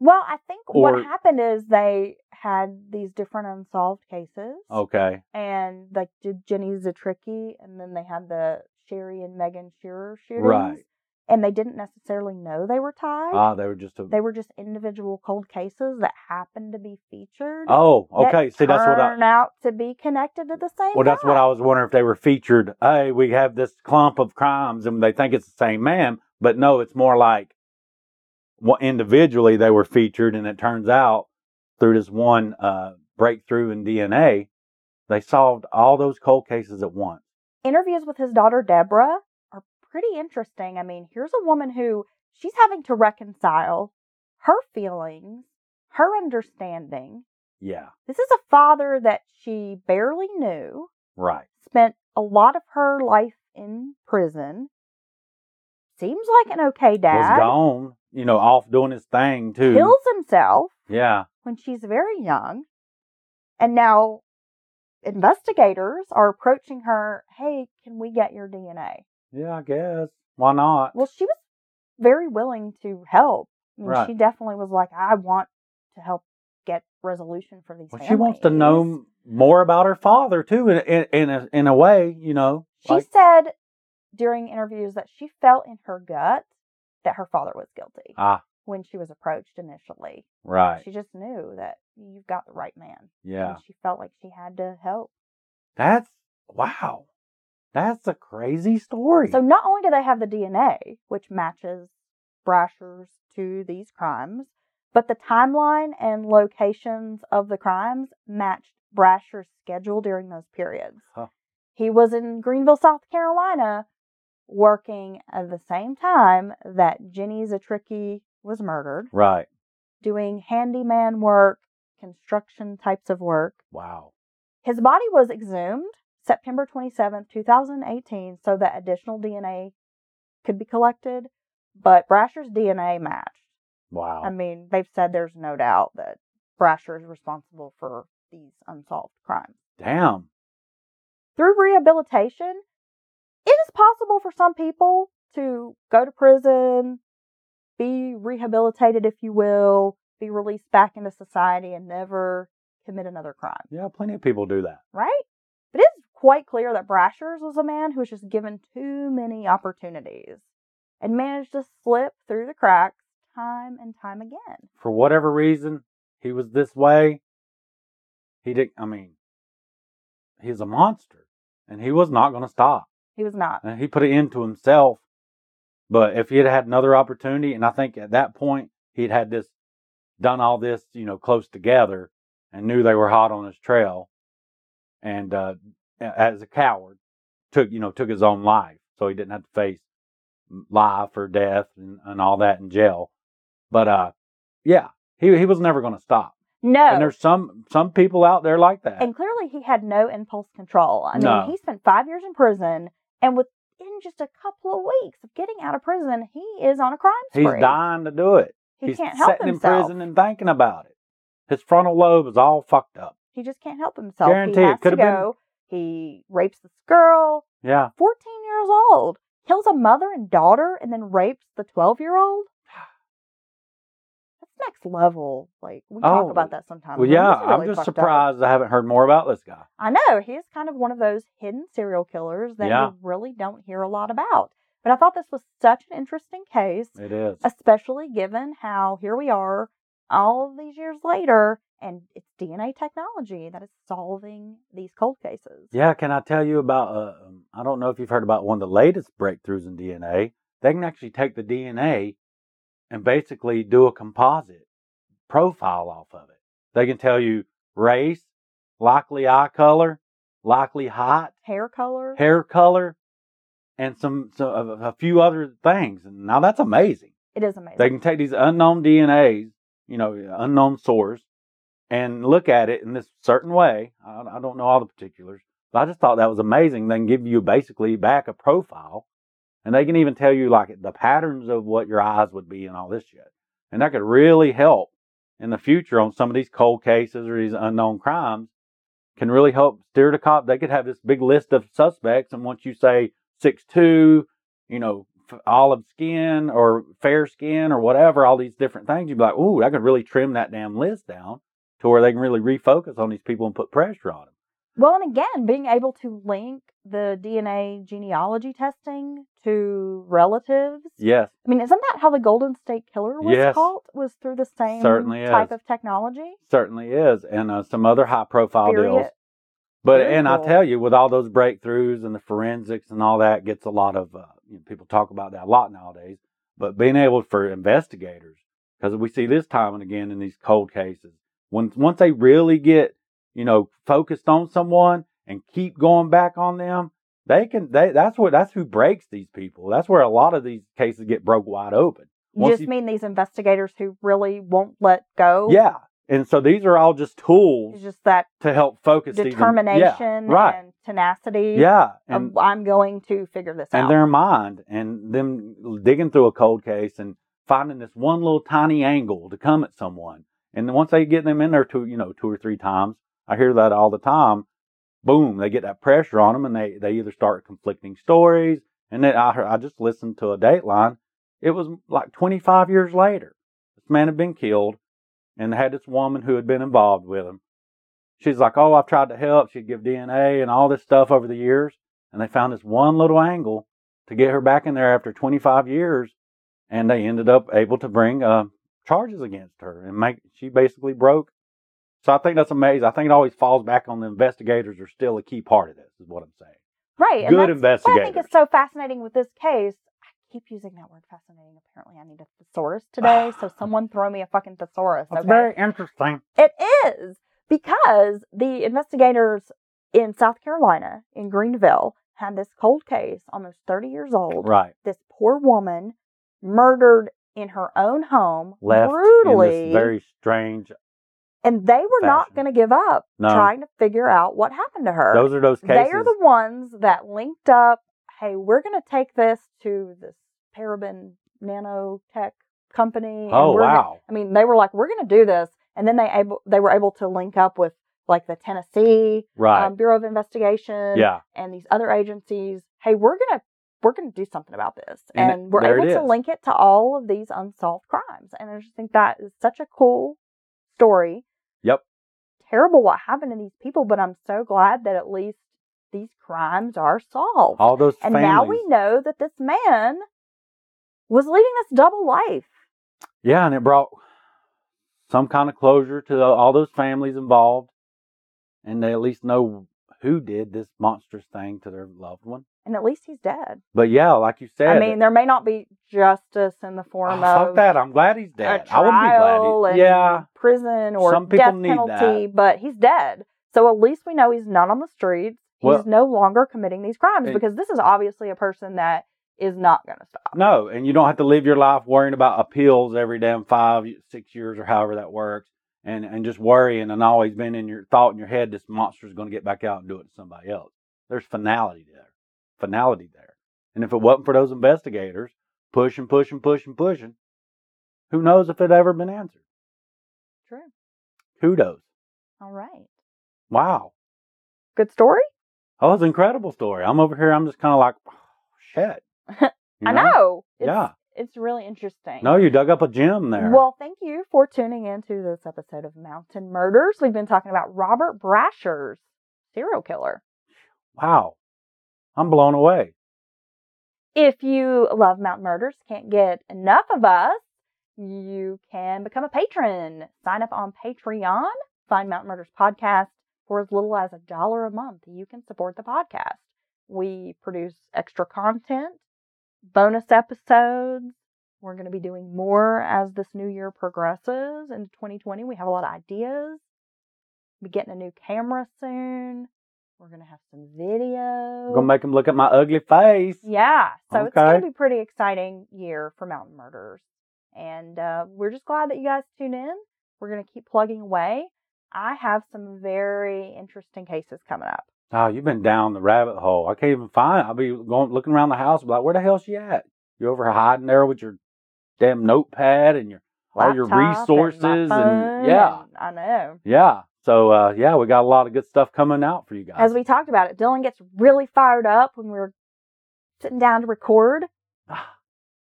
B: Well, I think
A: Or-
B: what happened is they had these different unsolved cases,
A: Okay.
B: and like did Jenny Zatricki, and then they had the Sherry and Megan Shearer shootings,
A: Right.
B: And they didn't necessarily know they were tied.
A: Ah, they were just a,
B: they were just individual cold cases that happened to be featured.
A: Oh,
B: that
A: okay. See, that's what I
B: turn out to be connected to the same.
A: Well, that's what
B: guy.
A: I was wondering if they were featured. Hey, we have this clump of crimes, and they think it's the same man, but no, it's more like well, individually they were featured, and it turns out through this one uh, breakthrough in DNA, they solved all those cold cases at once.
B: interviews with his daughter Deborah are pretty interesting. I mean, here's a woman who she's having to reconcile her feelings, her understanding.
A: Yeah,
B: This is a father that she barely knew,
A: right.
B: spent a lot of her life in prison. Seems like an okay
A: Was
B: dad.
A: gone, you know, off doing his thing too.
B: Kills himself
A: Yeah,
B: when she's very young. And now investigators are approaching her, hey, can we get your DNA?
A: yeah, I guess. Why not?
B: Well, she was very willing to help. I mean,
A: Right.
B: She definitely was like, I want to help get resolution for these
A: Well,
B: families.
A: she wants to know more about her father too, in in in a, in a way, you know.
B: She
A: like-
B: said during interviews that she felt in her gut that her father was guilty
A: ah,
B: when she was approached initially.
A: right.
B: She just knew that you've got the right man.
A: Yeah.
B: And she felt like she had to help.
A: That's wow. That's a crazy story.
B: So not only do they have the DNA, which matches Brasher's to these crimes, but the timeline and locations of the crimes matched Brasher's schedule during those periods.
A: Huh.
B: He was in Greenville, South Carolina, working at the same time that Jenny Zatricki was murdered,
A: right.
B: doing handyman work, construction types of work.
A: Wow.
B: His body was exhumed September 27, 2018, so that additional DNA could be collected, but Brasher's DNA matched.
A: Wow.
B: I mean, they've said there's no doubt that Brasher is responsible for these unsolved crimes.
A: Damn.
B: Through rehabilitation, it is possible for some people to go to prison, be rehabilitated, if you will, be released back into society, and never commit another crime.
A: Yeah, plenty of people do that.
B: right? But it's quite clear that Brashers was a man who was just given too many opportunities and managed to slip through the cracks time and time again.
A: For whatever reason, he was this way. He didn't I mean he's a monster. And he was not gonna stop.
B: He was not.
A: And Uh, he put it into himself. But if he had had another opportunity, and I think at that point he'd had this done all this, you know, close together and knew they were hot on his trail and uh as a coward took you know took his own life so he didn't have to face life or death and, and all that in jail but uh yeah he he was never going to stop and
B: No.
A: there's some some people out there like that
B: Oh. And clearly he had no impulse control. I mean,
A: No.
B: he spent five years in prison and within just a couple of weeks of getting out of prison, he is on a crime
A: he's
B: spree.
A: dying to do it
B: He
A: he's
B: can't help
A: sitting in
B: himself.
A: prison and thinking about it his frontal lobe is all fucked up
B: He just can't help himself.
A: Guarantee
B: he
A: it
B: has to
A: could've been-
B: go. He rapes this girl.
A: yeah
B: 14 years old, kills a mother and daughter, and then rapes the 12 year old? That's next level. Like we
A: Oh.
B: talk about that sometimes.
A: Well,
B: Like,
A: yeah,
B: this is really
A: I'm just
B: fucked up.
A: surprised I haven't heard more about this guy.
B: I know he's kind of one of those hidden serial killers that
A: Yeah.
B: we really don't hear a lot about. But I thought this was such an interesting case,
A: It is.
B: especially given how here we are all these years later, and it's DNA technology that is solving these cold cases.
A: Yeah, can I tell you about? Uh, um, I don't know if you've heard about one of the latest breakthroughs in DNA. They can actually take the DNA and basically do a composite profile off of it. They can tell you race, likely eye color, likely height,
B: Hair color.
A: hair color, and some, some a, a few other things. And now that's amazing.
B: It is amazing.
A: They can take these unknown DNAs, you know, unknown source, and look at it in this certain way. I, I don't know all the particulars, but I just thought that was amazing. They can give you basically back a profile, and they can even tell you like the patterns of what your eyes would be and all this shit. And that could really help in the future on some of these cold cases or these unknown crimes. Can really help steer the cop. They could have this big list of suspects, and once you say six two, you know, f- olive skin or fair skin or whatever, all these different things, you'd be like, ooh, I could really trim that damn list down to where they can really refocus on these people and put pressure on them.
B: Well, and again, being able to link the DNA genealogy testing to relatives.
A: Yes,
B: I mean, isn't that how the Golden State Killer was
A: Yes.
B: caught? Was through the same
A: Certainly
B: type
A: is.
B: of technology?
A: certainly is. And uh, some other high profile
B: Very-
A: deals. But,
B: very
A: and I
B: cool.
A: tell you, with all those breakthroughs and the forensics and all that, gets a lot of, uh, you know, people talk about that a lot nowadays. But being able for investigators, because we see this time and again in these cold cases, when once they really get you know, focused on someone and keep going back on them, they can they that's what that's who breaks these people. That's where a lot of these cases get broke wide open.
B: You
A: Once
B: just
A: you-
B: mean these investigators who really won't let go.
A: Yeah. And so these are all just
B: It's
A: tools
B: just that
A: to help focus these-
B: determination
A: yeah, right.
B: and tenacity.
A: yeah.
B: of,
A: And
B: I'm going to figure this
A: and
B: out.
A: their mind and them digging through a cold case and finding this one little tiny angle to come at someone. And then once they get them in there two, you know, two or three times, I hear that all the time. Boom, they get that pressure on them, and they they either start conflicting stories. And then I heard, I just listened to a Dateline. It was like 25 years later. This man had been killed, and they had this woman who had been involved with him. She's like, "Oh, I've tried to help. She'd give DNA and all this stuff over the years." and they found this one little angle to get her back in there after 25 years, and they ended up able to bring uh, charges against her and make she basically broke. So I think that's amazing. I think it always falls back on the investigators are still a key part of this, is what I'm saying.
B: right. and
A: Good
B: that's what I
A: investigators.
B: think is so fascinating with this case. I keep using that word fascinating. Apparently, I need a thesaurus
A: [SIGHS]
B: today. so someone throw me a fucking thesaurus.
A: That's
B: okay?
A: very interesting.
B: It is because the investigators in South Carolina, in Greenville, had this cold case, almost 30 years old.
A: Right.
B: This poor woman murdered in her own home
A: Left
B: brutally.
A: in this very strange.
B: and they were not
A: fashion.
B: going to give up
A: No.
B: trying to figure out what happened to her.
A: Those are those
B: they
A: cases.
B: are the ones that linked up. Hey, we're going to take this to this paraben nanotech company. and
A: oh
B: we're gonna-
A: wow.
B: I mean, they were like, "We're going to do this," and then they able they were able to link up with like the Tennessee
A: Right.
B: um, Bureau of Investigation
A: yeah.
B: and these other agencies. Hey, we're going to we're going to do something about this,
A: And
B: and, we're
A: there it
B: able to
A: is.
B: link it to all of these unsolved crimes. And I just think that is such a cool story.
A: Yep.
B: Terrible what happened to these people, but I'm so glad that at least these crimes are solved.
A: All those
B: and
A: families.
B: now we know that this man was leading this double life.
A: Yeah, and it brought some kind of closure to all those families involved, and they at least know who did this monstrous thing to their loved one.
B: and at least he's dead.
A: But yeah, like you said,
B: I mean, there may not be justice in the
A: oh,
B: form of
A: fuck that. I'm glad he's
B: a
A: dead. I wouldn't be
B: trial
A: glad.
B: and
A: He, yeah,
B: prison or
A: Some people
B: death
A: need
B: penalty, but he's dead. So at least we know he's not on the streets. He's
A: Well-
B: no longer committing these crimes
A: And-
B: because this is obviously a person that is not going to stop.
A: no, and you don't have to live your life worrying about appeals every damn five, six years or however that works, and and just worrying and always being in your thought in your head, this monster's going to get back out and do it to somebody else. There's finality there, finality there, and if it wasn't for those investigators pushing, pushing, pushing, pushing, who knows if it ever been answered?
B: True.
A: Kudos.
B: All right.
A: Wow.
B: Good story.
A: Oh,
B: [LAUGHS]
A: it's an incredible story. I'm over here. I'm just kind of like, shit. "Oh, You
B: I know. It's,
A: Yeah.
B: it's really interesting.
A: No, you dug up a gem there.
B: Well, thank you for tuning into this episode of Mountain Murders. We've been talking about Robert Brasher's serial killer.
A: wow. I'm blown away.
B: If you love Mountain Murders, can't get enough of us, you can become a patron. Sign up on Patreon, find Mountain Murders podcast for as little as a dollar a month. You can support the podcast. We produce extra content, bonus episodes. We're going to be doing more as this new year progresses into 2020. We have a lot of ideas. Be getting a new camera soon. We're going to have some video.
A: I'm gonna make him look at my ugly face.
B: Yeah. So it's
A: Okay.
B: going to be a pretty exciting year for Mountain Murders. And uh, we're just glad that you guys tune in. We're going to keep plugging away. I have some very interesting cases coming up.
A: Oh, you've been down the rabbit hole. I can't even find. I'll be going looking around the house, like, where the hell's she at? You over hiding there with your damn notepad and your all your
B: Laptop and my
A: resources and,
B: phone
A: yeah,
B: and I know.
A: yeah. So uh, yeah, we got a lot of good stuff coming out for you guys.
B: As we talked about it, Dylan gets really fired up when we're sitting down to record.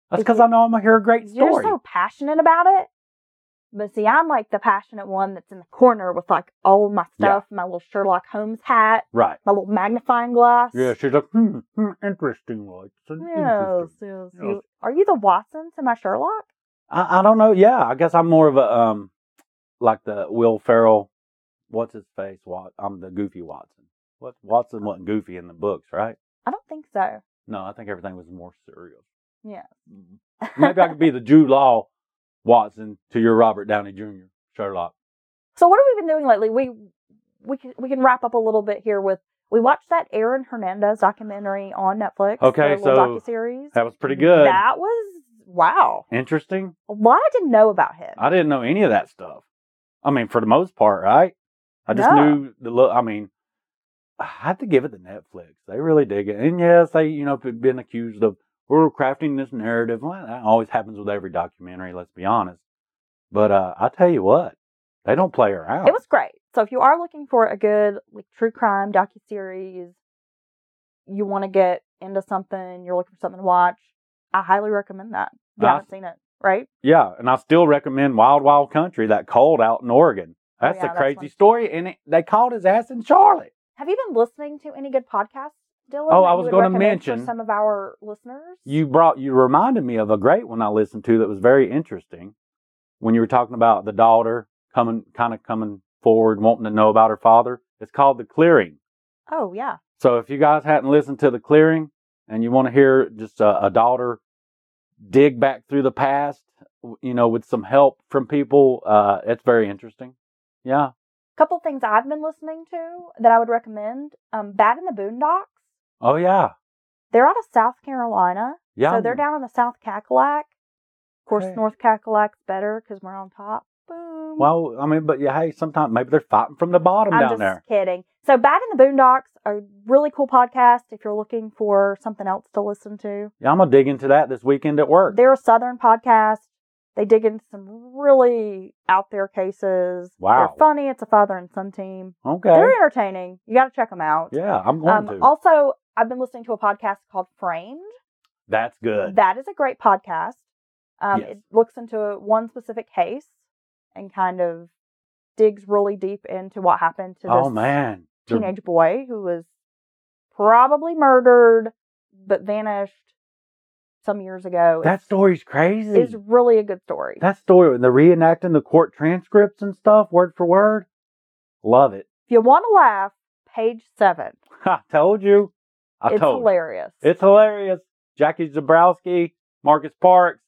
A: That's because I know I'm gonna hear a great
B: You're
A: story.
B: so passionate about it. But see, I'm like the passionate one that's in the corner with like all my
A: Yeah.
B: stuff, my little Sherlock Holmes hat,
A: right?
B: my little magnifying glass.
A: Yeah. She's like, hmm, hmm interesting. Like, it's an
B: Yes,
A: interesting.
B: yes,
A: Yes.
B: yes. Are you the Watson to my Sherlock?
A: I, I don't know. Yeah, I guess I'm more of a um, like the Will Ferrell. What's his face? Wat- I'm the Goofy Watson. What Watson wasn't goofy in the books, right?
B: I don't think so.
A: No, I think everything was more serious.
B: Yeah.
A: Mhm. Maybe I could be the Jude Law Watson to your Robert Downey Jr. Sherlock.
B: So what have we been doing lately? We we can we can wrap up a little bit here with we watched that Aaron Hernandez documentary on Netflix.
A: Okay,
B: the little
A: so
B: docuseries.
A: That was pretty good.
B: That was wow.
A: Interesting.
B: A lot I didn't know about him.
A: I didn't know any of that stuff. I mean, for the most part, right? I just
B: No.
A: knew the look. I mean, I have to give it to Netflix. They really dig it. And yes, they, you know, have been accused of we're crafting this narrative. Well, that always happens with every documentary. Let's be honest. But uh, I tell you what, they don't play around.
B: It was great. So if you are looking for a good like true crime docuseries, you want to get into something, you're looking for something to watch, I highly recommend that. If you
A: I-
B: haven't seen it, right?
A: Yeah, and I still recommend Wild Wild Country, that cold out in Oregon. That's
B: Oh, yeah,
A: a
B: that's
A: crazy
B: one.
A: story, and it, they called his ass in Charlotte.
B: Have you been listening to any good podcasts, Dylan?
A: Oh,
B: that
A: I
B: you
A: was
B: would
A: gonna
B: recommend for
A: mention-
B: some of our listeners.
A: You brought you reminded me of a great one I listened to that was very interesting. When you were talking about the daughter coming, kind of coming forward, wanting to know about her father, it's called The Clearing.
B: oh yeah,
A: So if you guys hadn't listened to The Clearing and you want to hear just a, a daughter dig back through the past, w- you know, with some help from people, uh, it's very interesting. Yeah,
B: couple things I've been listening to that I would recommend. Um, Bad in the Boondocks.
A: oh yeah,
B: They're out of South Carolina,
A: yeah.
B: so they're down in the South Cackalack. Of course,
A: Okay.
B: North Cackalac's better because we're on top. Boom.
A: Well, I mean, but yeah, hey, sometimes maybe they're fighting from the bottom
B: I'm
A: down
B: just
A: there.
B: kidding. So, Bad in the Boondocks, a really cool podcast if you're looking for something else to listen to.
A: Yeah, I'm gonna dig into that this weekend at work.
B: They're a Southern podcast. They dig into some really out there cases.
A: Wow.
B: They're funny. It's a father and son team.
A: okay.
B: They're entertaining. You got to check them out.
A: Yeah, I'm going
B: Um,
A: to.
B: also, I've been listening to a podcast called Framed.
A: That's good.
B: That is a great podcast. Um,
A: Yes.
B: It looks into one specific case and kind of digs really deep into what happened to this
A: oh man, They're-
B: teenage boy who was probably murdered but vanished some years ago.
A: that story's crazy.
B: is really a good story.
A: that story, the reenacting the court transcripts and stuff, word for word. Love it. [LAUGHS]
B: if you want to laugh, page seven.
A: I told you. I
B: it's
A: told. you.
B: hilarious.
A: It's hilarious. Jackie Zabrowski, Marcus Parks,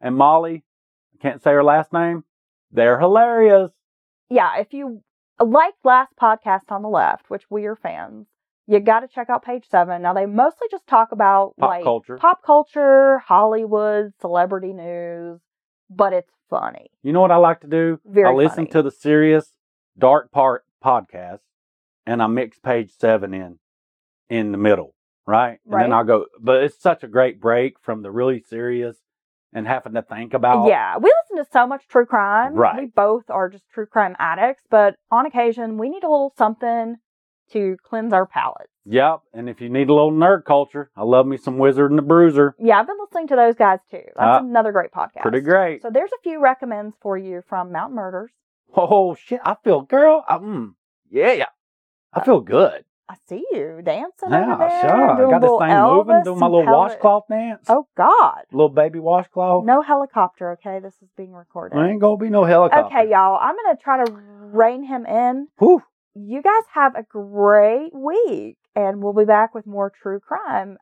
A: and Molly. I can't say her last name. They're hilarious.
B: yeah, if you like last podcast on the left, which we are fans, you got to check out page seven. Now they mostly just talk about
A: Pop
B: like
A: culture.
B: pop culture, Hollywood, celebrity news, but it's funny.
A: You know what I like to do?
B: Very
A: I listen
B: funny.
A: to the serious dark part podcast and I mix page seven in in the middle, right? And then
B: Right.
A: I'll go but it's such a great break from the really serious and having to think about
B: Yeah, we listen to so much true crime.
A: Right.
B: We both are just true crime addicts, but on occasion we need a little something to cleanse our palates.
A: Yep. And if you need a little nerd culture, I love me some Wizard and the Bruiser.
B: Yeah, I've been listening to those guys too. That's
A: Ah.
B: another great podcast.
A: Pretty great.
B: So there's a few recommends for you from Mountain Murders.
A: Oh shit! I feel, girl. I, mm, yeah, I feel good.
B: I see you dancing over
A: Yeah,
B: Uh, there.
A: sure. I
B: doing
A: got
B: a
A: this
B: little
A: thing
B: Elvis
A: moving, doing my
B: and
A: little
B: Pellet-
A: washcloth dance,
B: Oh God!
A: little baby washcloth.
B: No helicopter. Okay, this is being recorded.
A: There ain't gonna be no helicopter.
B: Okay, y'all. I'm gonna try to rein him in.
A: Whew.
B: You guys have a great week, and we'll be back with more true crime